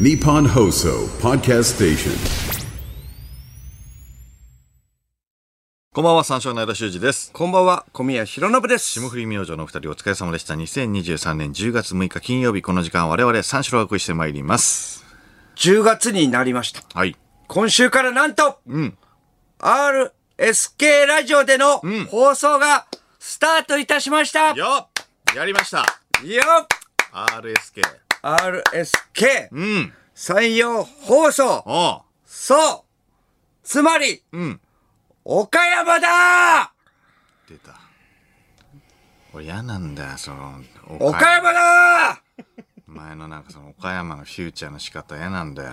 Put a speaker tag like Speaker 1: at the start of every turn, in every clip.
Speaker 1: Nippon Hoso Podcast Station.
Speaker 2: こんばんは、三照の間修二です。
Speaker 3: こんばんは、小宮弘信です。
Speaker 2: 霜降り明星のお二人お疲れ様でした。2023年10月6日金曜日、この時間我々三四郎がお送りしてまいります。
Speaker 3: 10月になりました。
Speaker 2: はい。
Speaker 3: 今週からなんと、RSK ラジオでの放送がスタートいたしました、よ
Speaker 2: よっやりました
Speaker 3: っ
Speaker 2: !RSK。
Speaker 3: !RSK
Speaker 2: うん。
Speaker 3: 採用放送
Speaker 2: おう
Speaker 3: そうつまり、
Speaker 2: ん
Speaker 3: 岡山だ
Speaker 2: 出た。俺嫌なんだよ、その、
Speaker 3: ー岡山だ
Speaker 2: 前のなんかその岡山のフューチャーの仕方嫌なんだよ。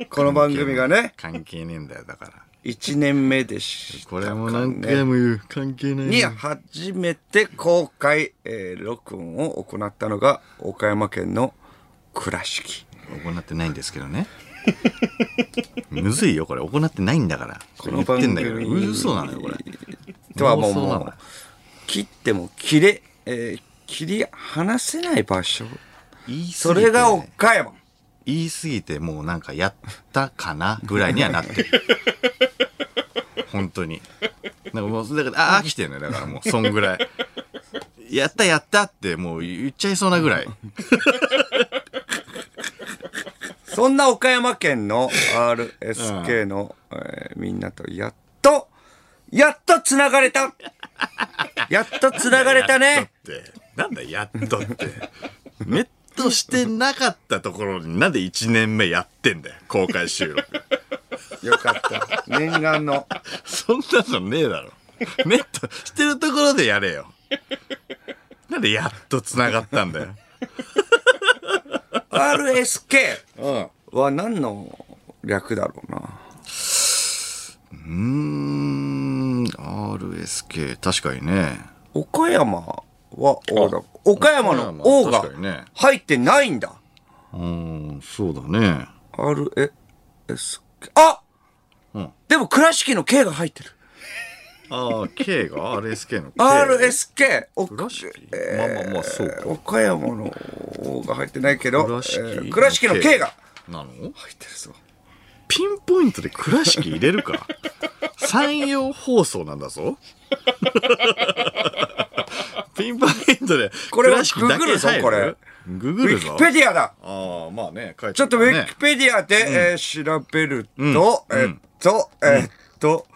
Speaker 3: ー この番組が ね、
Speaker 2: 関係ねえんだよ、だから。
Speaker 3: 1年目でし
Speaker 2: これ
Speaker 3: たか
Speaker 2: も
Speaker 3: ね
Speaker 2: 何回も言う。関係ない。
Speaker 3: に初めて公開、えー録音を行ったのが岡山県の倉敷
Speaker 2: 行ってないんですけどねむずいよこれ行ってないんだからこ
Speaker 3: の
Speaker 2: れ言ってんだけど
Speaker 3: 番組
Speaker 2: 嘘なのよこれ
Speaker 3: とはもう
Speaker 2: 妄想なの
Speaker 3: もう切っても切れ、えー切り離せない場所
Speaker 2: 言い過ぎて
Speaker 3: それが岡山
Speaker 2: 言い過ぎてもうなんかやったかなぐらいにはなってる本当になんかもうだからあ飽きてるねだからもうそんぐらいやったやったってもう言っちゃいそうなぐらい
Speaker 3: そんな岡山県の RSK の、えーみんなとやっとやっとつながれたやっとつながれたね
Speaker 2: ってなんだやっとってネットしてなかったところになんで1年目やってんだよ公開収録
Speaker 3: よかった念願の
Speaker 2: そんなのねえだろ。 ネットしてるところでやれよ。なんでやっと繋がったんだよ。
Speaker 3: RSK は何の略だろうな
Speaker 2: うーん、RSK、確かにね。
Speaker 3: 岡山は王だ岡山の王
Speaker 2: 確かにね
Speaker 3: が入ってないんだ、
Speaker 2: うーん、そうだね。
Speaker 3: RSK あ、
Speaker 2: うん
Speaker 3: でも倉敷の K が入ってる
Speaker 2: ああ、K が RSK の K。
Speaker 3: RSK お
Speaker 2: 倉敷まあまあまあ、そうか。
Speaker 3: 岡山の王が入ってないけど
Speaker 2: 倉敷の
Speaker 3: え
Speaker 2: K
Speaker 3: ー倉敷の K が
Speaker 2: なの
Speaker 3: 入ってるぞ
Speaker 2: ピンポイントで倉敷入れる か山陽放送なんだぞピンポイントで
Speaker 3: これは
Speaker 2: 倉敷だけ
Speaker 3: ググるぞ
Speaker 2: 入
Speaker 3: これ
Speaker 2: グ
Speaker 3: ウ
Speaker 2: グ
Speaker 3: ィ
Speaker 2: る
Speaker 3: キ
Speaker 2: ぞ
Speaker 3: ペディアだ
Speaker 2: ああまあね書い
Speaker 3: ちょっとウ
Speaker 2: ね
Speaker 3: ィキペディアで、えー調べると、えーっと、えーっと、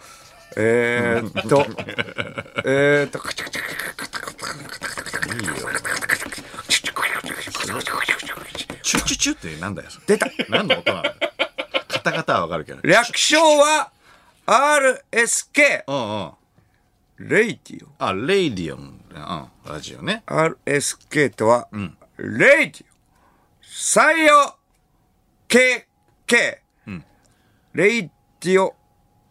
Speaker 3: えーっと、えーっと、
Speaker 2: チュチュチュってなんだよそれ
Speaker 3: 出た
Speaker 2: 何の音なのカタカタはわかるけどうん
Speaker 3: 略称は RSK、
Speaker 2: うん
Speaker 3: レイディ
Speaker 2: あレイディオンうんラジオね
Speaker 3: オ。RSK とは、レイディオ、採用、KK、レイディオ、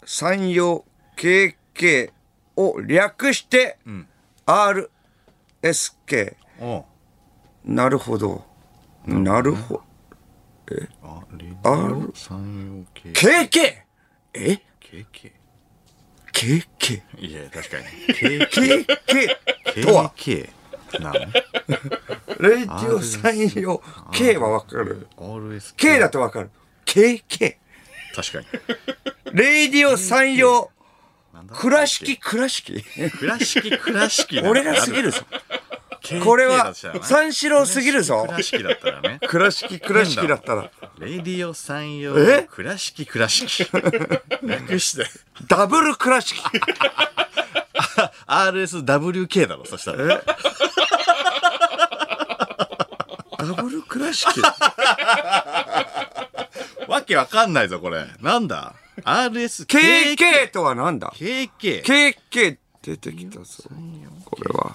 Speaker 3: 産業、KK を略して、RSK。
Speaker 2: おう
Speaker 3: なるほど。なるほど。
Speaker 2: あレイディオ三陽系
Speaker 3: KK! え
Speaker 2: KK
Speaker 3: ?KK?
Speaker 2: いや確かに KK
Speaker 3: KK とは
Speaker 2: KK な
Speaker 3: レイディオ採用 K はわかる。
Speaker 2: の RSK
Speaker 3: K だとわかる。KK。
Speaker 2: 確かに
Speaker 3: レイディオ採用
Speaker 2: なんだ
Speaker 3: 倉敷倉 敷
Speaker 2: 倉敷倉敷
Speaker 3: 俺がすぎるぞ。
Speaker 2: KK
Speaker 3: これ
Speaker 2: だ
Speaker 3: は
Speaker 2: ったらな
Speaker 3: 三四郎すぎるぞ。
Speaker 2: 倉敷だったらね
Speaker 3: 倉敷倉敷だったら、
Speaker 2: レディオ山陽
Speaker 3: え
Speaker 2: 倉敷倉 敷略して
Speaker 3: ダブル倉敷。
Speaker 2: RSWK だろそしたら
Speaker 3: ダブル倉敷。
Speaker 2: わけわかんないぞこれなんだ RSKK
Speaker 3: KK とはなんだ
Speaker 2: KK
Speaker 3: ?KK 出てきたぞ。これは。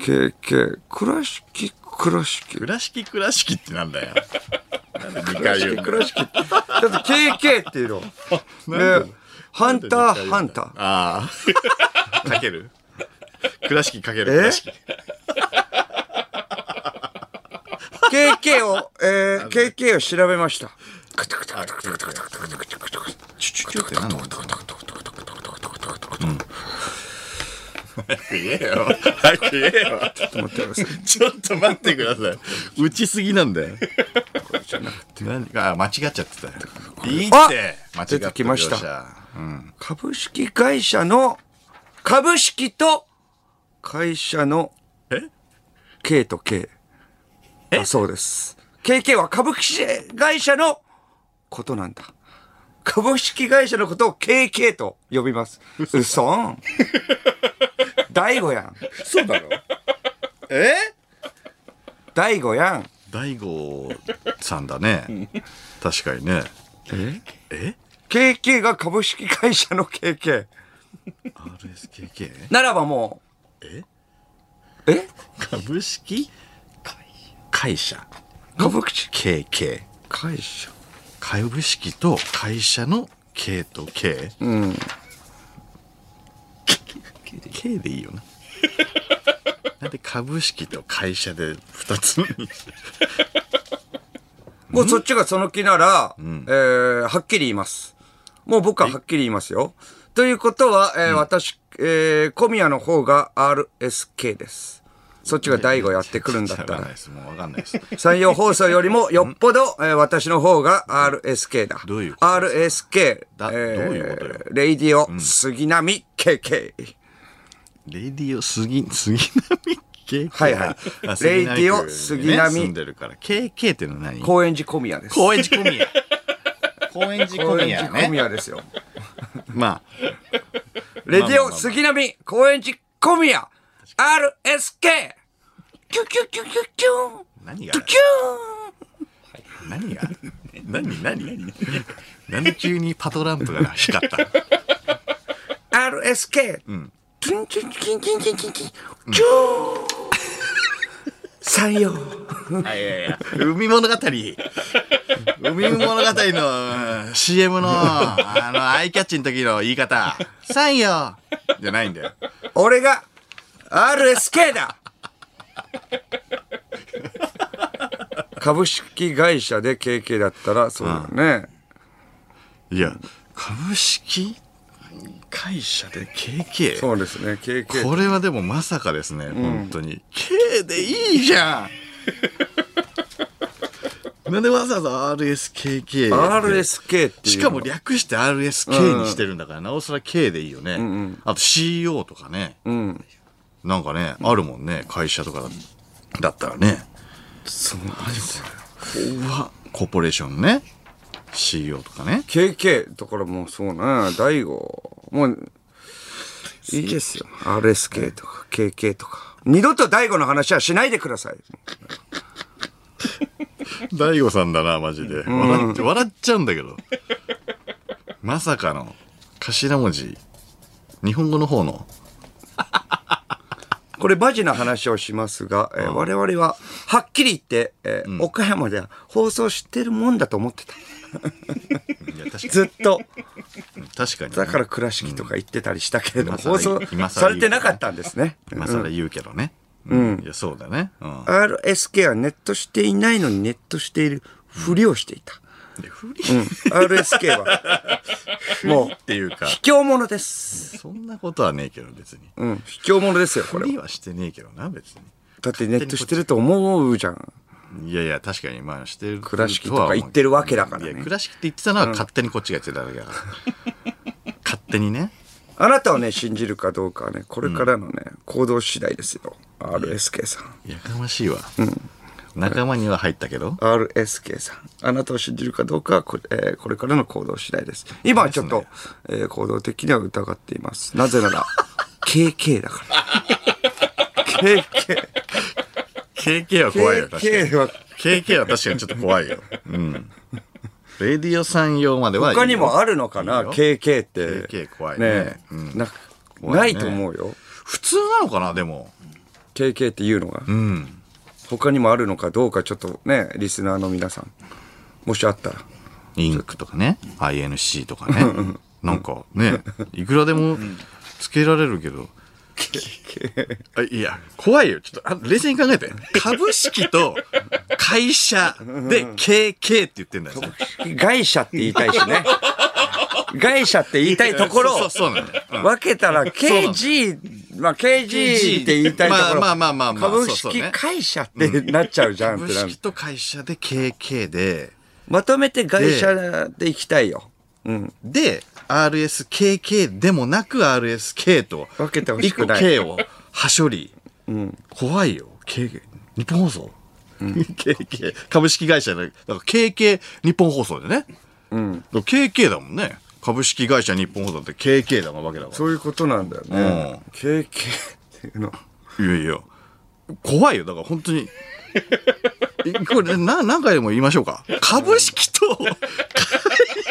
Speaker 3: KK 倉敷倉敷
Speaker 2: 倉敷倉敷ってなんだよなんで2
Speaker 3: 倉
Speaker 2: 回言うん
Speaker 3: 敷
Speaker 2: だ
Speaker 3: 倉敷だって KK っていう のねハンターハンター
Speaker 2: ああ かける倉敷かける
Speaker 3: え
Speaker 2: 倉敷
Speaker 3: KK をえー KK を調べま した
Speaker 2: チュチュチュってなんだ早く言えよ早く言えよ
Speaker 3: ちょっと待ってください
Speaker 2: ちょっと待ってください打ちすぎなんだよ
Speaker 3: じゃなくて。
Speaker 2: 何か、あ間違っちゃってたよ。いいって
Speaker 3: あ
Speaker 2: 間違って
Speaker 3: 出てきました
Speaker 2: 描写
Speaker 3: 株式会社の、株式と会社の
Speaker 2: え
Speaker 3: K と K だそうです。KK は株式会社のことなんだ。株式会社のことを KK と呼びます。嘘ん。大悟やん。
Speaker 2: そうだろ。え
Speaker 3: 大悟やん。
Speaker 2: 大悟さんだね。確かにね。え
Speaker 3: KK が株式会社の KK。
Speaker 2: ?RSKK?
Speaker 3: ならばも
Speaker 2: え
Speaker 3: う、え
Speaker 2: 株式会社。
Speaker 3: 株式
Speaker 2: KK。
Speaker 3: 会社。
Speaker 2: 株式と会社の K と K? うん。K でいいよな。 なんで株式と会社で2つに
Speaker 3: もうそっちがその気なら、えーはっきり言います。もう僕ははっきり言いますよ。ということは、えー私、えー小宮の方が RSK です。そっちが大悟やってくるんだった
Speaker 2: わかんない
Speaker 3: ら。
Speaker 2: です。もうわかんないです。
Speaker 3: 採用放送より もよっぽど、えー私の方が RSK だ。
Speaker 2: どういうこと
Speaker 3: ?RSK、
Speaker 2: だどういうことよ
Speaker 3: レイディオ、杉並 KK。
Speaker 2: レディオ杉、杉並 KK。
Speaker 3: はいはい
Speaker 2: あ杉並区
Speaker 3: レディオ杉並
Speaker 2: ね住んでるから。KK っていうのは何
Speaker 3: 高円寺小宮です。
Speaker 2: 高円寺小宮。高円寺小
Speaker 3: 高
Speaker 2: 宮
Speaker 3: 円寺小
Speaker 2: ね。
Speaker 3: 宮ですよ。
Speaker 2: まあ、
Speaker 3: レディオ杉並高円寺小宮 RSK キュキュキュキュキュン
Speaker 2: 何が
Speaker 3: キュキ
Speaker 2: 何が何何何で急にパトランプが光ったの
Speaker 3: ュン RSK キュンキュンキュンキュンキュンキュンキュンキューン採用
Speaker 2: いやいや海物語海物語のうん CM のあのアイキャッチの時の言い方「さんよ」じゃないんだよ
Speaker 3: 俺が RSK だ株式会社で KK だったらそうだよね、
Speaker 2: いや株式会社で KK
Speaker 3: そうですね KK
Speaker 2: これはでもまさかですね、本当に K でいいじゃんなんでわざわざ RSKK で
Speaker 3: RSK っていう
Speaker 2: しかも略して RSK にしてるんだから、なおさら K でいいよね。あと CO とかね。なんかね、あるもんね、会社とかだだったらね。
Speaker 3: そう
Speaker 2: うわ、コーポレーションね。CO とかね。
Speaker 3: KK だからもうそうな大悟もういいですよ RSK とか KK とか二度と大悟の話はしないでください
Speaker 2: 大悟さんだな、マジで。笑っ笑っちゃうんだけど。まさかの、頭文字、日本語の方の。
Speaker 3: これバジな話をしますが、えー我々ははっきり言って、えー岡山では放送してるもんだと思ってた
Speaker 2: いや、確か
Speaker 3: ずっと
Speaker 2: に。確かにね、
Speaker 3: だから倉敷とか行ってたりしたけれども、
Speaker 2: うん
Speaker 3: 放送
Speaker 2: 今更今更
Speaker 3: されてなかったんですね
Speaker 2: 今更言うけどね。うん。いや、そうだね。うん。
Speaker 3: RSK はネットしていないのにネットしているふりをしていた、
Speaker 2: で不利
Speaker 3: RSK は もう
Speaker 2: っていうか、
Speaker 3: 卑怯者です。
Speaker 2: そんなことはねえけど、別に。
Speaker 3: うん、卑怯者ですよ、こ
Speaker 2: 無
Speaker 3: れ
Speaker 2: 理
Speaker 3: は。
Speaker 2: はしてねえけどな別
Speaker 3: だってネットしてると思うじゃん。
Speaker 2: にいやいや確かにまあしてる
Speaker 3: 倉敷とか言ってるわけだからね
Speaker 2: いや倉敷って言ってたのは勝手にこっちが言ってただけだから、勝手にね
Speaker 3: あなたをね、信じるかどうかはね、これからのね、行動次第ですよ。RSK さん。
Speaker 2: やかましいわ、仲間には入ったけど
Speaker 3: RSK さん。あなたを信じるかどうかはこれ、えーこれからの行動次第です。今はちょっと、えー行動的には疑っています。なぜなら、KK だから。KK。
Speaker 2: KK は怖いよ確かに
Speaker 3: KK は、
Speaker 2: KK は確かにちょっと怖いよ うんレディオさん用まではいいよ
Speaker 3: 他にもあるのかな
Speaker 2: い
Speaker 3: い
Speaker 2: よ
Speaker 3: ?KK って。
Speaker 2: KK 怖いね
Speaker 3: ねえ
Speaker 2: うん
Speaker 3: な
Speaker 2: いね
Speaker 3: ないと思うよ。
Speaker 2: 普通なのかなでも
Speaker 3: KK っていうのが、
Speaker 2: うん
Speaker 3: 他にもあるのかどうかちょっとねリスナーの皆さんもしあったら
Speaker 2: インクとかね INC とかねなんかねいくらでもつけられるけどあいや怖いよちょっとあ冷静に考えて株式と会社で KK って言ってんだよ
Speaker 3: 外社って言いたいしね 外社って言いたいところ
Speaker 2: そう
Speaker 3: を
Speaker 2: そうそうなんだよ、うん
Speaker 3: 分けたら
Speaker 2: そうなの
Speaker 3: KG まあ、KG って言いたいところ。
Speaker 2: まあまあまあまあまあ
Speaker 3: 株
Speaker 2: そうそう
Speaker 3: 式
Speaker 2: ね
Speaker 3: 会社ってなっちゃうじゃんっ
Speaker 2: 株
Speaker 3: てなる
Speaker 2: 式と会社で KK で、
Speaker 3: まとめて会社で行きたいよ。うん。
Speaker 2: で、RSKK でもなく RSK と、
Speaker 3: 分けてほしくない
Speaker 2: 一個 K をはしょり、怖いよ、KK。日本放送、KK。株式会社の、だから KK 日本放送でね。だから KK だもんね。株式会社日本放送って KK だもんわけだか
Speaker 3: そういうことなんだよね。KK っていうの。
Speaker 2: ら。いやいや、怖いよ、だから本当に。これな何回でも言いましょうか。株式と会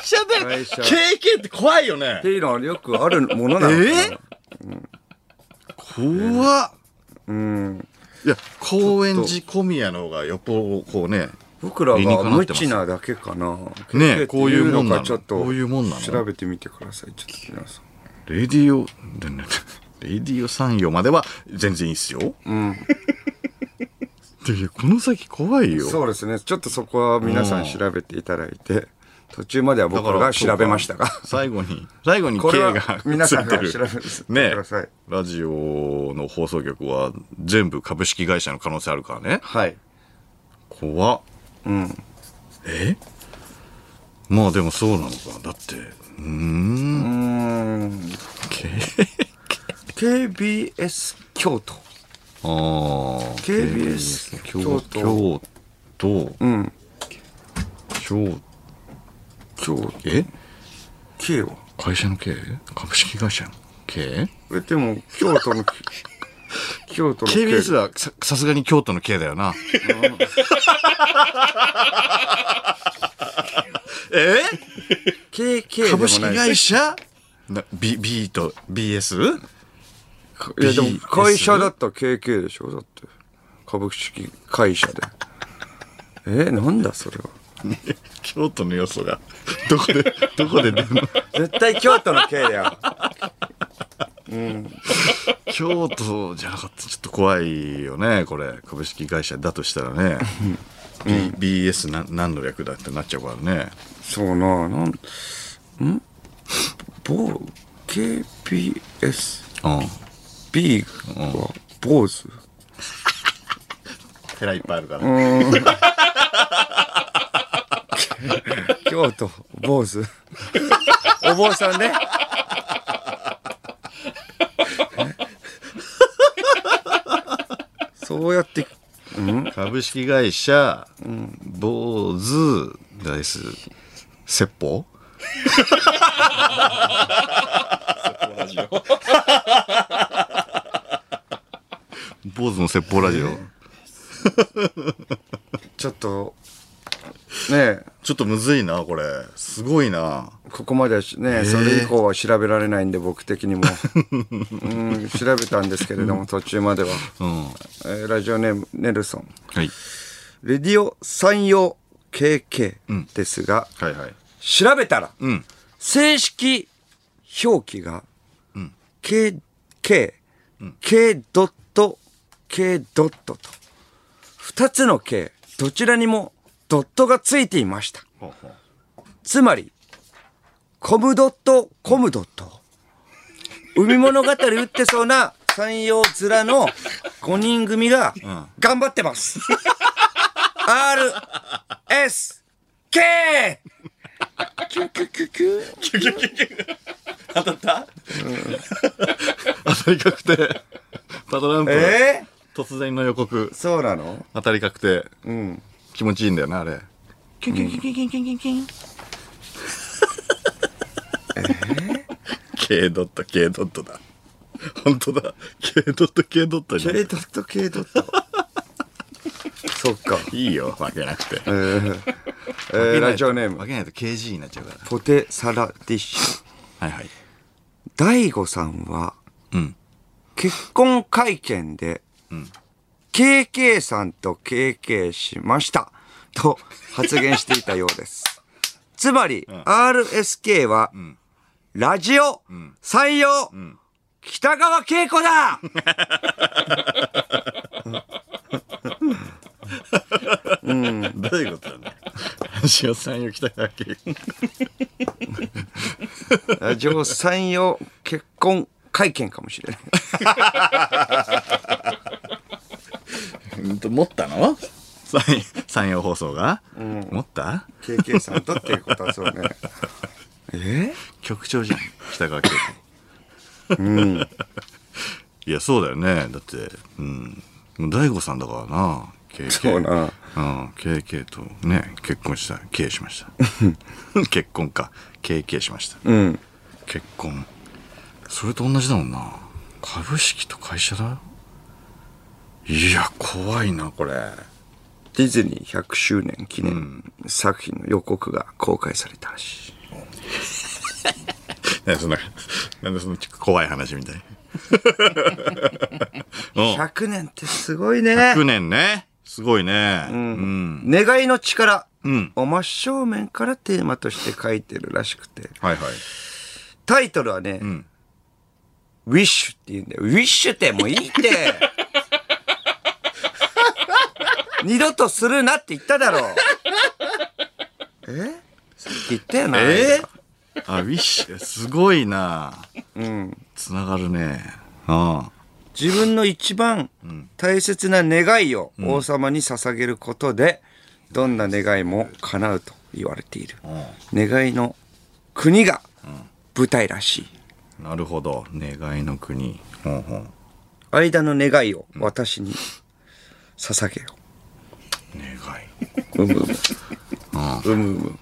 Speaker 2: 社で
Speaker 3: 会社
Speaker 2: KK って怖いよね
Speaker 3: って。いうのはよくあるものなのかな
Speaker 2: えー怖っ。うん。いや、高円寺小宮の方がよっぽどこうね、
Speaker 3: 僕ら
Speaker 2: 理にか
Speaker 3: が
Speaker 2: なっ
Speaker 3: 無
Speaker 2: てます
Speaker 3: 知なだけかな。
Speaker 2: ね
Speaker 3: KK って
Speaker 2: こういうもんなの
Speaker 3: のかちょっと
Speaker 2: こういうもんなの
Speaker 3: 調べてみてください。ちょっと皆さん。
Speaker 2: レディオ、でねレディオ産業までは全然いいっすよ。うん。いや、この先怖いよ。
Speaker 3: そうですね。ちょっとそこは皆さん調べていただいて、途中までは
Speaker 2: だ
Speaker 3: 僕らが調べましたが。
Speaker 2: 最後に、最後に K
Speaker 3: これは
Speaker 2: が
Speaker 3: 皆さんが
Speaker 2: 映ってる
Speaker 3: 調べて
Speaker 2: ね
Speaker 3: ください
Speaker 2: ラジオの放送局は全部株式会社の可能性あるからね。
Speaker 3: はい。
Speaker 2: 怖っうんえまあでもそうなのかだってうーん
Speaker 3: うーん。
Speaker 2: け
Speaker 3: KBS 京都。
Speaker 2: あー
Speaker 3: KBS
Speaker 2: 京
Speaker 3: 京
Speaker 2: 京都
Speaker 3: うん。
Speaker 2: 京
Speaker 3: 京都。
Speaker 2: え
Speaker 3: K は。
Speaker 2: 会社の経営株式会社の経営
Speaker 3: え、でも、京 都の、京都の K
Speaker 2: KBS はささすがに京都の K だよな え
Speaker 3: KK でもない。
Speaker 2: 株式会社な B, B と BS?
Speaker 3: いや、でも
Speaker 2: BS
Speaker 3: 会社だったら KK でしょだって。株式会社で。えなんだそれは。
Speaker 2: 京都の要素がどこ でどこで出るの
Speaker 3: 絶対京都の K だよ。
Speaker 2: 京都じゃなかったちょっと怖いよねこれ株式会社だとしたらね、B、BS な何の略だってなっちゃうからね
Speaker 3: そうな、なん、ん某、KPS、
Speaker 2: うん
Speaker 3: B は、坊主
Speaker 2: 寺いっぱいあるから、
Speaker 3: 京都、坊主お坊さんね。そうやって、
Speaker 2: 株式会社、坊主ダイス説法坊主の説法ラジオ
Speaker 3: ちょっと、ねえ、
Speaker 2: ちょっとむずいなこれすごいな
Speaker 3: ここまではしね、それ以降は調べられないんで、僕的にも。うん、調べたんですけれども、途中までは。
Speaker 2: うん
Speaker 3: えーラジオネーム、ネルソン。
Speaker 2: はい
Speaker 3: レディオ山陽 KK ですが、
Speaker 2: はいはい
Speaker 3: 調べたら、
Speaker 2: ん
Speaker 3: 正式表記が、KK、K ドット、K ドットと、二つの K、どちらにもドットがついていました。
Speaker 2: ほうほう
Speaker 3: つまり、コムドット、コムドット。海物語打ってそうな山陽面の5人組が頑張ってます。R、S、K! キュキュキュキュ
Speaker 2: 当たり確定パトランプ、
Speaker 3: え
Speaker 2: 突然の予告
Speaker 3: ー、そうなの
Speaker 2: 当たり確定、気持ちいいんだよなあれキュンキュンキュンキュンキュンキュンキュンえ K ドット K ドットだ本当だ K ドット K ドット
Speaker 3: ?K
Speaker 2: に
Speaker 3: ドット K ドット。 そっか。
Speaker 2: いいよ負けなくて、
Speaker 3: えーえーラジオネー
Speaker 2: 負
Speaker 3: ム、
Speaker 2: けないと KG になっちゃうから
Speaker 3: ポテサラディッシュ。
Speaker 2: はいはい
Speaker 3: 大悟さんは、
Speaker 2: うん
Speaker 3: 結婚会見で、KK さんと KK しましたと発言していたようです。つまり、RSK は、ラジオ、採用、北川景子だ
Speaker 2: どういうこと だね橋尾さんよ北川 景子
Speaker 3: ラジオ採用結婚会見かもしれない。
Speaker 2: うんと持ったの山山陽放送が、持った
Speaker 3: KK さんとっていうことはそうね。 え
Speaker 2: 局長じゃん北川景子 いやそうだよねだってうんもう大悟さんだからな KK
Speaker 3: そうな
Speaker 2: うん KK とね結婚した K しました 結婚か KK しました、
Speaker 3: うん。
Speaker 2: 結婚それと同じだもんな株式と会社だよいや怖いなこれ
Speaker 3: ディズニー100周年記念作品の予告が公開されたらしい。
Speaker 2: なんでそんななんでその怖い話みたい うん
Speaker 3: 100年ってすごいね
Speaker 2: 100。年ね。すごいね。うん。
Speaker 3: 願いの力
Speaker 2: ん
Speaker 3: を真正面からテーマとして書いてるらしくて。
Speaker 2: はいはい。
Speaker 3: タイトルはね、ウィッシュって言うんだよ。ウィッシュってもういいって。 二度とするなって言った だろう。えさっき言ったよな。
Speaker 2: えーあ、ウィッシュ、すごいな。うん。つながるね。あ
Speaker 3: 自分の一番大切な願いを王様に捧げることで、どんな願いも叶うと言われている。願いの国が舞台らしい。
Speaker 2: あ。なるほど。願いの国。ほんほん。
Speaker 3: 間の願いを私に捧げよ
Speaker 2: 願
Speaker 3: う。うむうむ
Speaker 2: あ。
Speaker 3: うむうむ。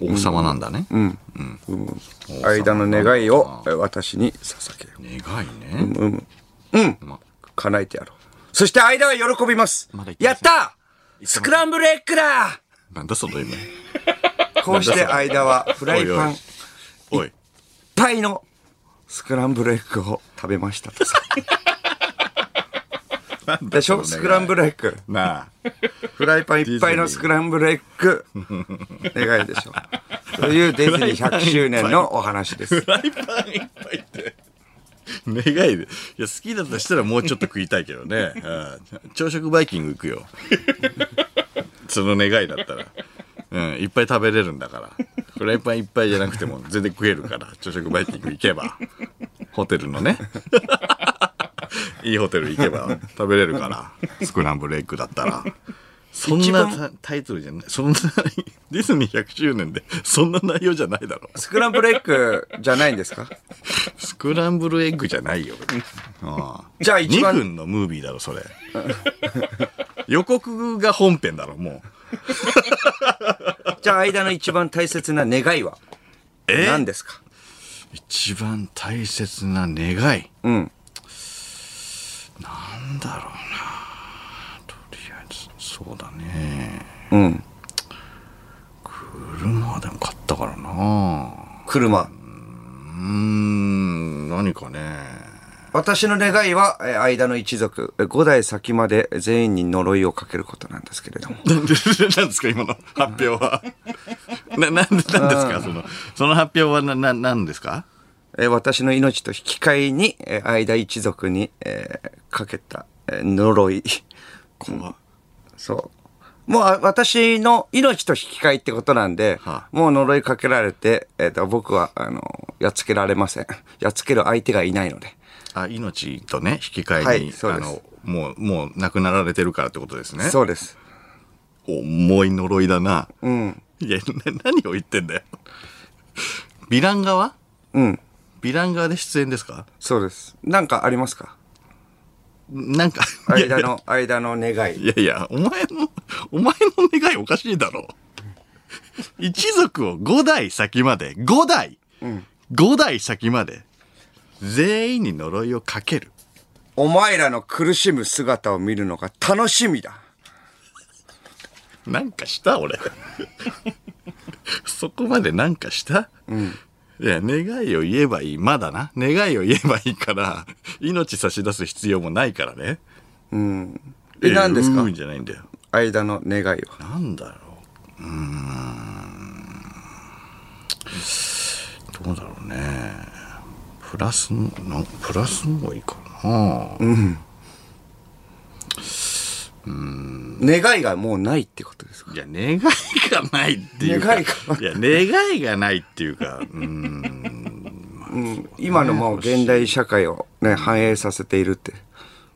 Speaker 2: い。王様なんだね。
Speaker 3: 間の願いを私に捧げよ
Speaker 2: 願いね。
Speaker 3: う。うむ。うん。叶えてやろう。そして間は喜びます。
Speaker 2: まだ言って
Speaker 3: や
Speaker 2: ま
Speaker 3: っ
Speaker 2: せん
Speaker 3: たスクランブルエッグだ
Speaker 2: なんだその今。
Speaker 3: こうして間はフライパンいっ
Speaker 2: おい。
Speaker 3: ぱいのスクランブルエッグを食べましたとさ。でしょスクランブ
Speaker 2: ル。
Speaker 3: ルエッグ。
Speaker 2: なあ。
Speaker 3: フライパンいっぱいのスクランブルエッグ。願いでしょ。というディズニー100周年のお話です。
Speaker 2: フライパンいっぱいって。願いで。いや、好きだとしたらもうちょっと食いたいけどね。うん朝食バイキング行くよ。その願いだったら。うん、いっぱい食べれるんだから。フライパンいっぱいじゃなくても全然食えるから、朝食バイキング行けば。ホテルのね。いいホテル行けば食べれるから。スクランブルエッグだったら。そん
Speaker 3: 一
Speaker 2: な
Speaker 3: 番
Speaker 2: タタイトルじゃない。そんな、ディズニー100周年で、そんな内容じゃないだろ。
Speaker 3: スクランブルエッグじゃないんですか
Speaker 2: スクランブルエッグじゃないよ。ああ
Speaker 3: じゃあ一番
Speaker 2: 2分のムービーだろ、それ。 予告が本編だろ、もう。
Speaker 3: じゃあ間の一番大切な願いは
Speaker 2: え
Speaker 3: 何ですか
Speaker 2: 一番大切な願い。
Speaker 3: うん。
Speaker 2: なんだろうな。とりあえず、そうだね。
Speaker 3: うん。
Speaker 2: 車でも買ったからな。
Speaker 3: 車。
Speaker 2: うーん、何か ね。
Speaker 3: 私の願いは、えー間の一族、えー五代先まで全員に呪いをかけることなんですけれども。
Speaker 2: なんでなんですか、今の発表 は。な、なんで、なんですか、その、その発表はな、な、なんですか
Speaker 3: えー私の命と引き換えに、えー間一族に、えーかけた、えー呪い。
Speaker 2: 怖っ
Speaker 3: そう。もうあ私の命と引き換えってことなんで、
Speaker 2: はあ
Speaker 3: もう呪いかけられて、えーと僕は、あの、やっつけられません。 やっつける相手がいないので。
Speaker 2: あ命とね引き換えに、
Speaker 3: はいそう
Speaker 2: あ
Speaker 3: です
Speaker 2: のもうもう亡くなられてるからってことですね
Speaker 3: そうです。
Speaker 2: 重い呪いだなうんいやな何を言ってんだよヴィラン側
Speaker 3: うん。
Speaker 2: ヴィラン側で出演ですか
Speaker 3: そうです。なんかありますか
Speaker 2: なんかいや
Speaker 3: 間
Speaker 2: いや
Speaker 3: の、間の願い。
Speaker 2: いやいやお前のお前の願いおかしいだろ一族を5代先まで5代、5代先まで全員に呪いをかける
Speaker 3: お前らの苦しむ姿を見るのが楽しみだ。
Speaker 2: なんかした俺。そこまでなんかしたいや、願いを言えばいい。まだな。願いを言えばいいから、命差し出す必要もないからね。い
Speaker 3: え、
Speaker 2: や
Speaker 3: 何です
Speaker 2: う
Speaker 3: か
Speaker 2: ーんじゃないんだよ。
Speaker 3: 間の願いは。
Speaker 2: なんだろう。うーん。どうだろうね。プラスの、なんプラスの方がいいかな。
Speaker 3: 願いがもうないってことですか
Speaker 2: いや、願いがないっていうか。
Speaker 3: 願いが
Speaker 2: いや、願いがないっていうか、うーん、まあ
Speaker 3: うん今のもう現代社会をね、反映させているって。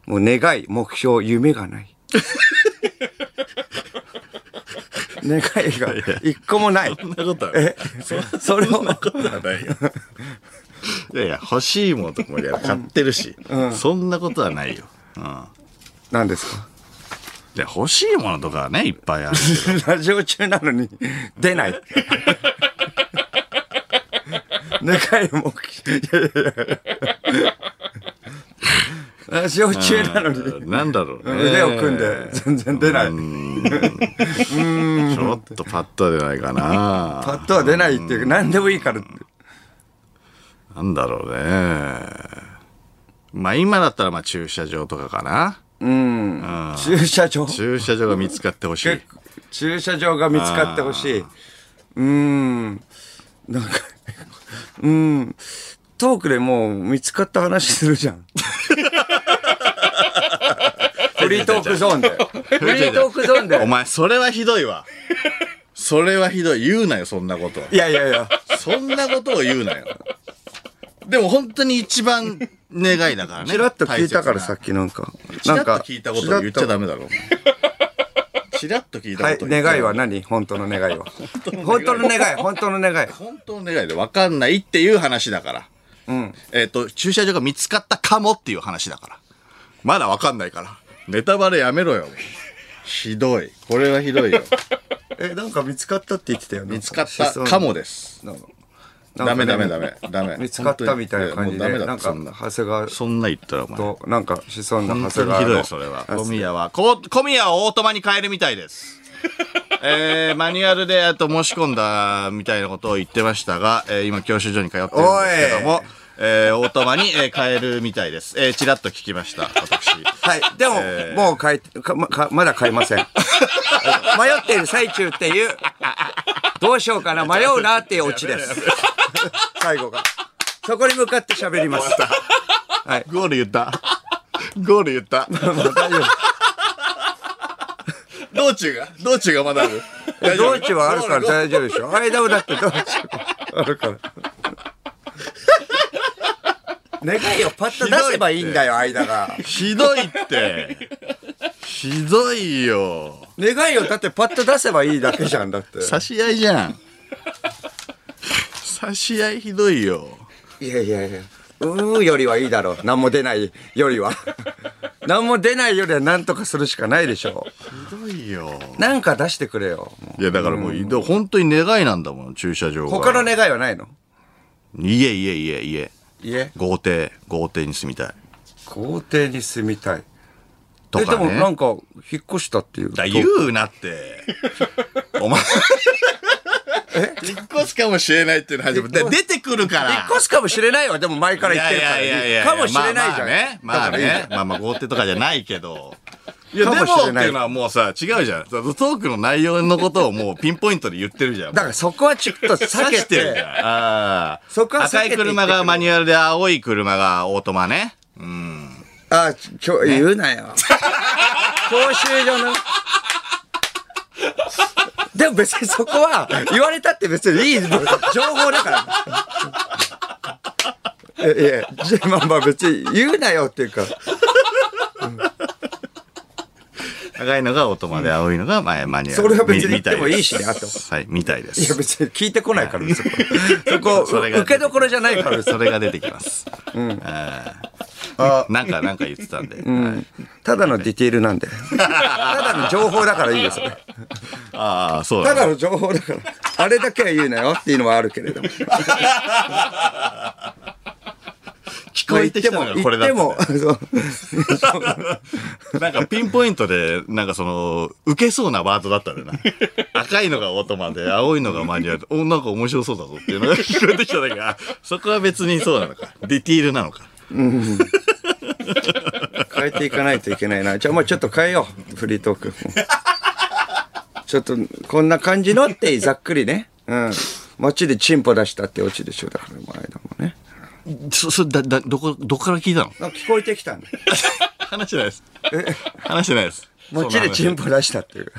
Speaker 3: もう願い、目標、夢がない。 願いが一個もない。
Speaker 2: そんなことはない。
Speaker 3: それを、
Speaker 2: そんなことはないよ。 いやいや、欲しいものとかもいや買ってるし、そんなことはないよ。うん。
Speaker 3: 何ですか
Speaker 2: いや、欲しいものとかはね、いっぱいあるけど。
Speaker 3: ラジオ中なのに出ない。願い、目標、いやいやいやラジオ中 なのに
Speaker 2: なんだろうね。
Speaker 3: 腕を組んで全然 出ない。
Speaker 2: ちょっとパッとは出ないかな。
Speaker 3: パッとは出ないっていうか、何でもいいからって。
Speaker 2: なんだろうね。まあ今だったらまあ駐車場とかかな。
Speaker 3: 駐車場
Speaker 2: 駐車場が見つかってほしい。
Speaker 3: 駐車場が見つかってほしい。うーん。なんか、うーん。トークでもう見つかった話するじゃ ん。フリートークゾーンで。フリートークゾーン
Speaker 2: お
Speaker 3: で。
Speaker 2: 前、それはひどいわ。それはひどい。言うなよ、そんなこと。
Speaker 3: いやいやいや。
Speaker 2: そんなことを言うなよ。でも本当に一番願いだからね。
Speaker 3: ちらっと聞いたからさ
Speaker 2: 大
Speaker 3: っきなんか。
Speaker 2: 切
Speaker 3: な
Speaker 2: な。
Speaker 3: ん
Speaker 2: ちらっ
Speaker 3: か
Speaker 2: と聞いたことを言っちゃダメだろ。ちらっと聞いた
Speaker 3: は
Speaker 2: こ
Speaker 3: い、
Speaker 2: とを言っちゃ
Speaker 3: 願いは何本当の願いは。本当の願い、本当の願い。
Speaker 2: 本当の願いで分かんないっていう話だから。うん。えっ、と、駐車場が見つかったかもっていう話だから。まだ分かんないから。ネタバレやめろよ。ひどい。これはひどいよ。
Speaker 3: え、なんか見つかったって言ってたよね。
Speaker 2: 見つかったかもです。
Speaker 3: なんか
Speaker 2: ダメダメダ。
Speaker 3: なん
Speaker 2: メ
Speaker 3: かね。
Speaker 2: ダメ。
Speaker 3: 見つかったみたいな感
Speaker 2: 本
Speaker 3: じ
Speaker 2: 当にや
Speaker 3: で、
Speaker 2: もうダメだ
Speaker 3: な
Speaker 2: っ
Speaker 3: ん
Speaker 2: て
Speaker 3: か、
Speaker 2: そん
Speaker 3: 長
Speaker 2: な。
Speaker 3: 谷川
Speaker 2: そんな言ったらお前。
Speaker 3: と、なんか、子孫の
Speaker 2: 本
Speaker 3: 長
Speaker 2: 当
Speaker 3: 谷
Speaker 2: に
Speaker 3: 川
Speaker 2: ひど
Speaker 3: の
Speaker 2: い、それは。
Speaker 3: あ
Speaker 2: 小宮は、こう小宮をオートマに変えるみたいです。 えー、マニュアルで、あと申し込んだみたいなことを言ってましたが、えー今、教習所に通ってるんですけど
Speaker 3: おい
Speaker 2: も、えー、オートマに、えー変えるみたいです。えー、ちらっと聞きました、私。
Speaker 3: はい。でも、もう買い、かまかまだ買 いません。迷っている最中っていう、どうしようかな、迷うなっていうオ チです。最後が。そこに向かって喋ります。はい。
Speaker 2: ゴール言った。ゴール言った。道中が道中がまだある。
Speaker 3: 道中はあるから
Speaker 2: ゴール
Speaker 3: 大丈夫でしょ。間をだって道中あるから。 願いをパッと出せばいいんだよ、間が。
Speaker 2: ひどいって。ひどいよ。
Speaker 3: 願いをだってパッと出せばいいだけじゃん、だって。
Speaker 2: 差し合いじゃん。差し合いひどいよ。
Speaker 3: いやいやいや。うーんよりはいいだろう。何も出ないよりは。 何も出ないよりは何とかするしかないでしょ
Speaker 2: ひどいよ。
Speaker 3: う。なんか出してくれよ。も
Speaker 2: いや、だからもう、でも本当に願いなんだもん、駐車場
Speaker 3: う
Speaker 2: が。
Speaker 3: 他の願いはないの
Speaker 2: いえいえいえいえ。
Speaker 3: 家
Speaker 2: 豪邸、豪邸に住みたい。
Speaker 3: 豪邸に住みたい。
Speaker 2: と
Speaker 3: えで
Speaker 2: か
Speaker 3: も
Speaker 2: ね。
Speaker 3: なんか、引っ越したっていう。
Speaker 2: だ言うな って。お前。 引っ越すかもしれないっていうの始めて、で出てくるから。
Speaker 3: 引っ越すかもしれないよ。でも前から
Speaker 2: い
Speaker 3: 言っ
Speaker 2: や
Speaker 3: て
Speaker 2: い
Speaker 3: るから
Speaker 2: や
Speaker 3: ね、
Speaker 2: いやいや
Speaker 3: かもしれないじ
Speaker 2: まあま
Speaker 3: ゃん。
Speaker 2: あね。まあ
Speaker 3: だからいい
Speaker 2: ね
Speaker 3: じ
Speaker 2: まあまあ豪邸とかじゃないけど。いや、
Speaker 3: か
Speaker 2: で
Speaker 3: も
Speaker 2: も
Speaker 3: しれ
Speaker 2: っ
Speaker 3: ない
Speaker 2: ていうのはもうさ、違うじゃん。トークの内容のことをもうピンポイントで言ってるじゃん。
Speaker 3: ゃんだからそこはちょっと避
Speaker 2: 刺
Speaker 3: け
Speaker 2: してるじゃん。
Speaker 3: て。
Speaker 2: ああ。
Speaker 3: そこは避けて
Speaker 2: 赤い車がマニュアルで、青い車がオートマね。
Speaker 3: あ、ちょ、言うなよ。 教習所の。でも別にそこは、言われたって別にいい情報だから。いやいや、じゃあまあまあ別に言うなよっていうか、
Speaker 2: 赤いのがオートマで、青いのがまあマニュアル。
Speaker 3: それは別に
Speaker 2: みみた
Speaker 3: 言ってもいいしね
Speaker 2: です
Speaker 3: あと
Speaker 2: はい、みたいで
Speaker 3: いや
Speaker 2: す。
Speaker 3: 別に聞いてこない から、そこ。そこ、
Speaker 2: それが
Speaker 3: 受けどころじゃないから、
Speaker 2: それが出てきます。うん。なんか、なんか言ってたんで。はい
Speaker 3: ただのディテールなんで。ただの情報だからいいです よね。
Speaker 2: ああ、そう
Speaker 3: た
Speaker 2: だ。
Speaker 3: だの情報だから、あれだけは言うなよっていうのはあるけれども。
Speaker 2: 聞こえてきたのがこれだったんだよ
Speaker 3: 言っても、そう
Speaker 2: なんかピンポイントで、なんかその、受けそうなワードだったんだよ な。赤いのがオートマで、青いのがマニュアル。お、なんか面白そうだぞっていうのが 聞こえてきたんだけど、あそこは別にそうなのか。ディティールなのか。
Speaker 3: 変えていかないといけないな。じゃあもうちょっと変えよう。フリートーク。ちょっと、こんな感じのって、ざっくりね。うん。街でチンポ出したってオチでしょ。だから、前田もね。
Speaker 2: そ、そ、だ、だ、どこ、どこから聞いたの
Speaker 3: なんか聞こえてきたんだ。
Speaker 2: 話してないです。話してないです。
Speaker 3: 街でチン
Speaker 2: ポ。
Speaker 3: ポ出したっていう。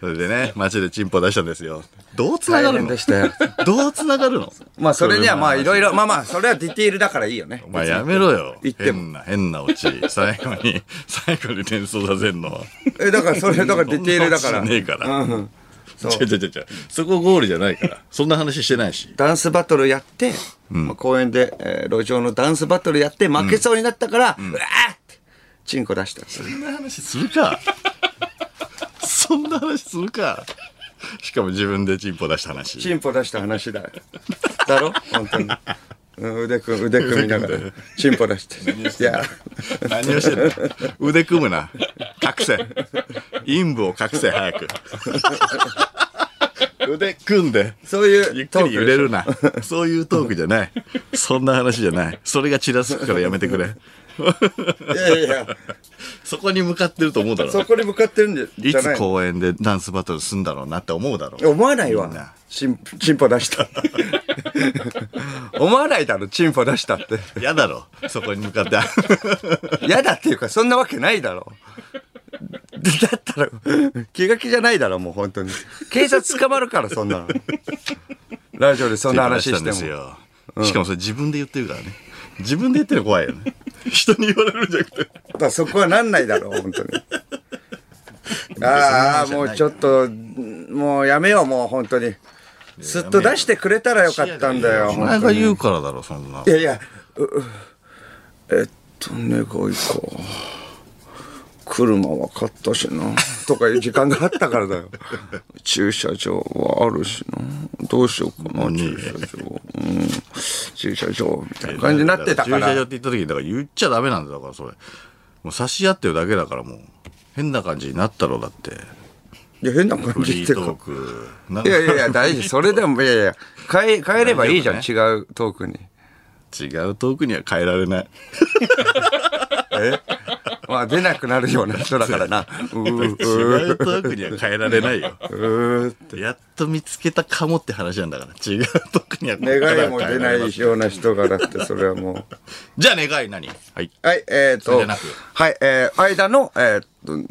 Speaker 2: それでね、街でチンポ出したんですよ。どうつながる
Speaker 3: 大変
Speaker 2: の
Speaker 3: でしたよ
Speaker 2: どうつながるの
Speaker 3: まあそれにはまあいろい
Speaker 2: ろ。
Speaker 3: ろ、まあまあそれはディテールだからいいよね。
Speaker 2: まあやめろよ。
Speaker 3: 言っても
Speaker 2: 変な、変なオチ。最後に、最後に転送させんの。
Speaker 3: え、だからそれ、だからディテールだから
Speaker 2: そんなオチ。ねえから。
Speaker 3: そう
Speaker 2: 違う違う違う。そこゴールじゃないから。そんな話してないし。
Speaker 3: ダンスバトルやって、まあ公園で、えー路上のダンスバトルやって負けそうになったから、うわーって、チンコ出したっていう。
Speaker 2: そんな話するか。そんな話するか。しかも自分でチンポ出した話。
Speaker 3: チンポ出した話だよ。だろ本当に。うん腕組腕組みながら、チンポ出して。いや、
Speaker 2: 何をしてんの腕組むな隠せ陰部を隠せ早く腕組んで
Speaker 3: そういう
Speaker 2: ゆっ
Speaker 3: トー
Speaker 2: く
Speaker 3: クで
Speaker 2: り
Speaker 3: しょ
Speaker 2: 揺れるなそういうトークじゃないそんな話じゃないそれがちらつくからやめてくれ
Speaker 3: いやいや、
Speaker 2: そこに向かってると思うだろ
Speaker 3: そこに向かってるんじゃ
Speaker 2: い
Speaker 3: じゃな
Speaker 2: つ
Speaker 3: い。
Speaker 2: 公園でダンスバトルすんだろうなって思うだろう
Speaker 3: 思わない
Speaker 2: みんな
Speaker 3: わ。チンチンポ出した。 思わないだろ、チンポ出したって。
Speaker 2: 嫌だろそこに向かって
Speaker 3: 嫌だっていうか、そんなわけないだろ。だったら、気が気じゃないだろ、もう本当に。警察捕まるから、そんなの。ラジオでそんな話
Speaker 2: たん
Speaker 3: し
Speaker 2: で
Speaker 3: て
Speaker 2: す
Speaker 3: も。
Speaker 2: よしかもそれ自分で言ってるからね自分で言ってるの怖いよね人に言われるんじゃなくて
Speaker 3: だからそこはなんないだ ろ、本当に。ああ、もうちょっと、もうやめよう、もう本当に。すっと出してくれたらよかったんだよ、
Speaker 2: お前
Speaker 3: 本
Speaker 2: が
Speaker 3: 当に。
Speaker 2: 言うからだろそんない
Speaker 3: やいや、ううえっとね、こいか。車は買ったしな。とかいう時間があったか らだよ。駐車場はあるしな。どうしようかな、
Speaker 2: 何
Speaker 3: 駐車場。うん。駐車場みたいな感じになってたか
Speaker 2: 駐車場っ
Speaker 3: ら。
Speaker 2: て言った時にだから言っちゃダメなんだよだからそれもう差し合ってるだけだからもう変な感じになったろだって
Speaker 3: いや、変な感
Speaker 2: フ
Speaker 3: じ
Speaker 2: リ
Speaker 3: っ
Speaker 2: ー
Speaker 3: て
Speaker 2: トー
Speaker 3: か。
Speaker 2: クなん
Speaker 3: い
Speaker 2: か
Speaker 3: やいやいや、大丈夫。それでも、いやいや、変え、変えればいいじゃん、
Speaker 2: 大
Speaker 3: 違うトークに。
Speaker 2: 違うトークには変えられない
Speaker 3: まあ、出なくなるような人だ からな。うー、う
Speaker 2: 違
Speaker 3: ー、
Speaker 2: うトークには変えられないよ
Speaker 3: うーって。
Speaker 2: やっと見つけたかもって話なんだから違うトークにはこっからは
Speaker 3: 願いも出な
Speaker 2: 変えられま
Speaker 3: い
Speaker 2: せん
Speaker 3: ような人がだって、それはもう。
Speaker 2: じゃあ願い何はい
Speaker 3: はい、えっ、
Speaker 2: それ
Speaker 3: と
Speaker 2: じゃなく、
Speaker 3: はい、えー、間の、えー、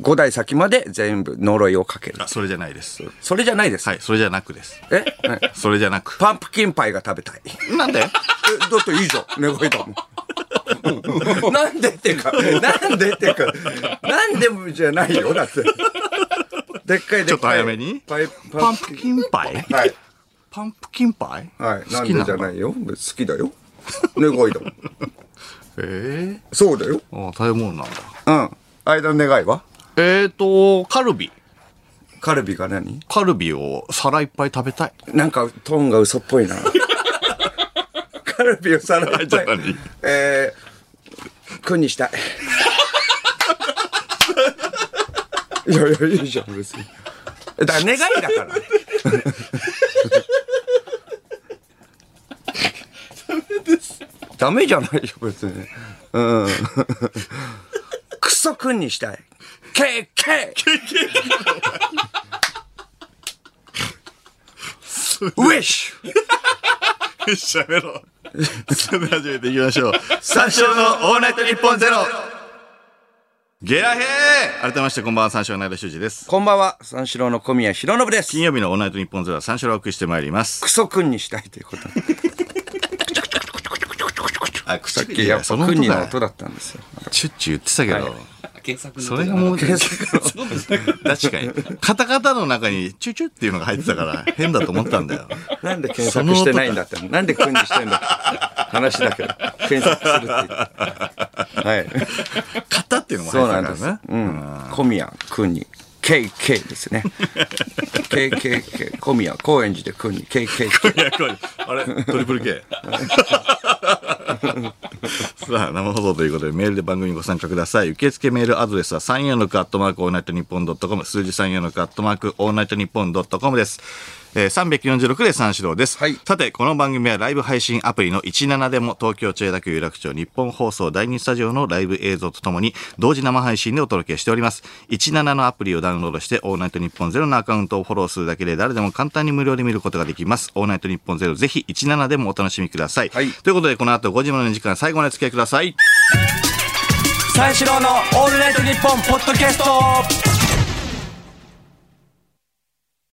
Speaker 3: 5代先まで全部呪いをかける
Speaker 2: あ。それじゃないです
Speaker 3: それじゃないです。
Speaker 2: はいそれじゃなくです
Speaker 3: えはい
Speaker 2: それじゃなく
Speaker 3: パンプキンパイが食べたい。え
Speaker 2: なんで
Speaker 3: だっていいじゃん、願いだもん。 なんでっていうか、なんでっていうか、なんでもじゃないよ、だって。でっかいでっかい。
Speaker 2: ちょっと早めに
Speaker 3: パイ
Speaker 2: パンプキンパイ
Speaker 3: はい。
Speaker 2: パンプキンパイ
Speaker 3: はい。な
Speaker 2: 好
Speaker 3: ん
Speaker 2: き
Speaker 3: で
Speaker 2: な
Speaker 3: じゃ
Speaker 2: の
Speaker 3: ないよ。別に好きだよ。願いだもん。
Speaker 2: ええ
Speaker 3: そうだよ。
Speaker 2: あ食べ物なんだ
Speaker 3: うん。間の願いは
Speaker 2: えーと、カルビ。
Speaker 3: カルビが何
Speaker 2: カルビを皿いっぱい食べたい。
Speaker 3: なんかトーンが嘘っ ぽいな。カルビをさらっ
Speaker 2: じゃ
Speaker 3: た
Speaker 2: あ
Speaker 3: い
Speaker 2: 何。
Speaker 3: えー、くにしたい。いやいや、いいじゃん、別に。だから願いだから。ダメじゃないよ、別に。うん。クソくんにしたい。けけウィッシュ
Speaker 2: しゃべろう。それでは始めていきましょう。三章のオールナイト日本ゼロ。ゲラヘー改めましてこんばんは、三章の間修二です。
Speaker 3: こんばんは、三四郎の小宮浩信です
Speaker 2: 金。曜日のオールナイト日本ゼロは三章をお送りしてまいります。
Speaker 3: クソくんにしたいということ。
Speaker 2: あ、
Speaker 3: さ
Speaker 2: 口
Speaker 3: っきやっぱくんにの音だったんですよ。
Speaker 2: チュッチュ言ってたけど。
Speaker 4: 検索
Speaker 2: それがもう、確かに。カタカタの中にチュチュっていうのが入ってたから、変だと思ったんだ よ。
Speaker 3: なんで検索してないんだって。なんでくんにしてんだって話だけど。検索するっていう。はい。
Speaker 2: カタっていうのも
Speaker 3: そ
Speaker 2: 入
Speaker 3: う
Speaker 2: ってた
Speaker 3: なん
Speaker 2: か
Speaker 3: です。
Speaker 2: らね。
Speaker 3: うん。小宮くんに。KK ですね。KKK。小宮、高円寺でくんに。KKK。
Speaker 2: いや、これ、あれ、トリプル K。さ あ、生放送ということで、メールで番組にご参加ください。受付メールアドレスは346アットマークオールナイトニッポンドットコム、数字346アットマークオールナイトニッポンドットコムです。えー、346で三四郎です、
Speaker 3: はい
Speaker 2: さて、この番組はライブ配信アプリの17でも東京千代田区有楽町日本放送第2スタジオのライブ映像とともに同時生配信でお届けしております。17のアプリをダウンロードしてオールナイトニッポンゼロのアカウントをフォローするだけで誰でも簡単に無料で見ることができます。オールナイトニッポンゼロぜひ17でもお楽しみください。
Speaker 3: はい
Speaker 2: ということで、この後5時までの時間最後までお付き合いください。
Speaker 3: 三四郎のオールナイトニッポンポッドキャスト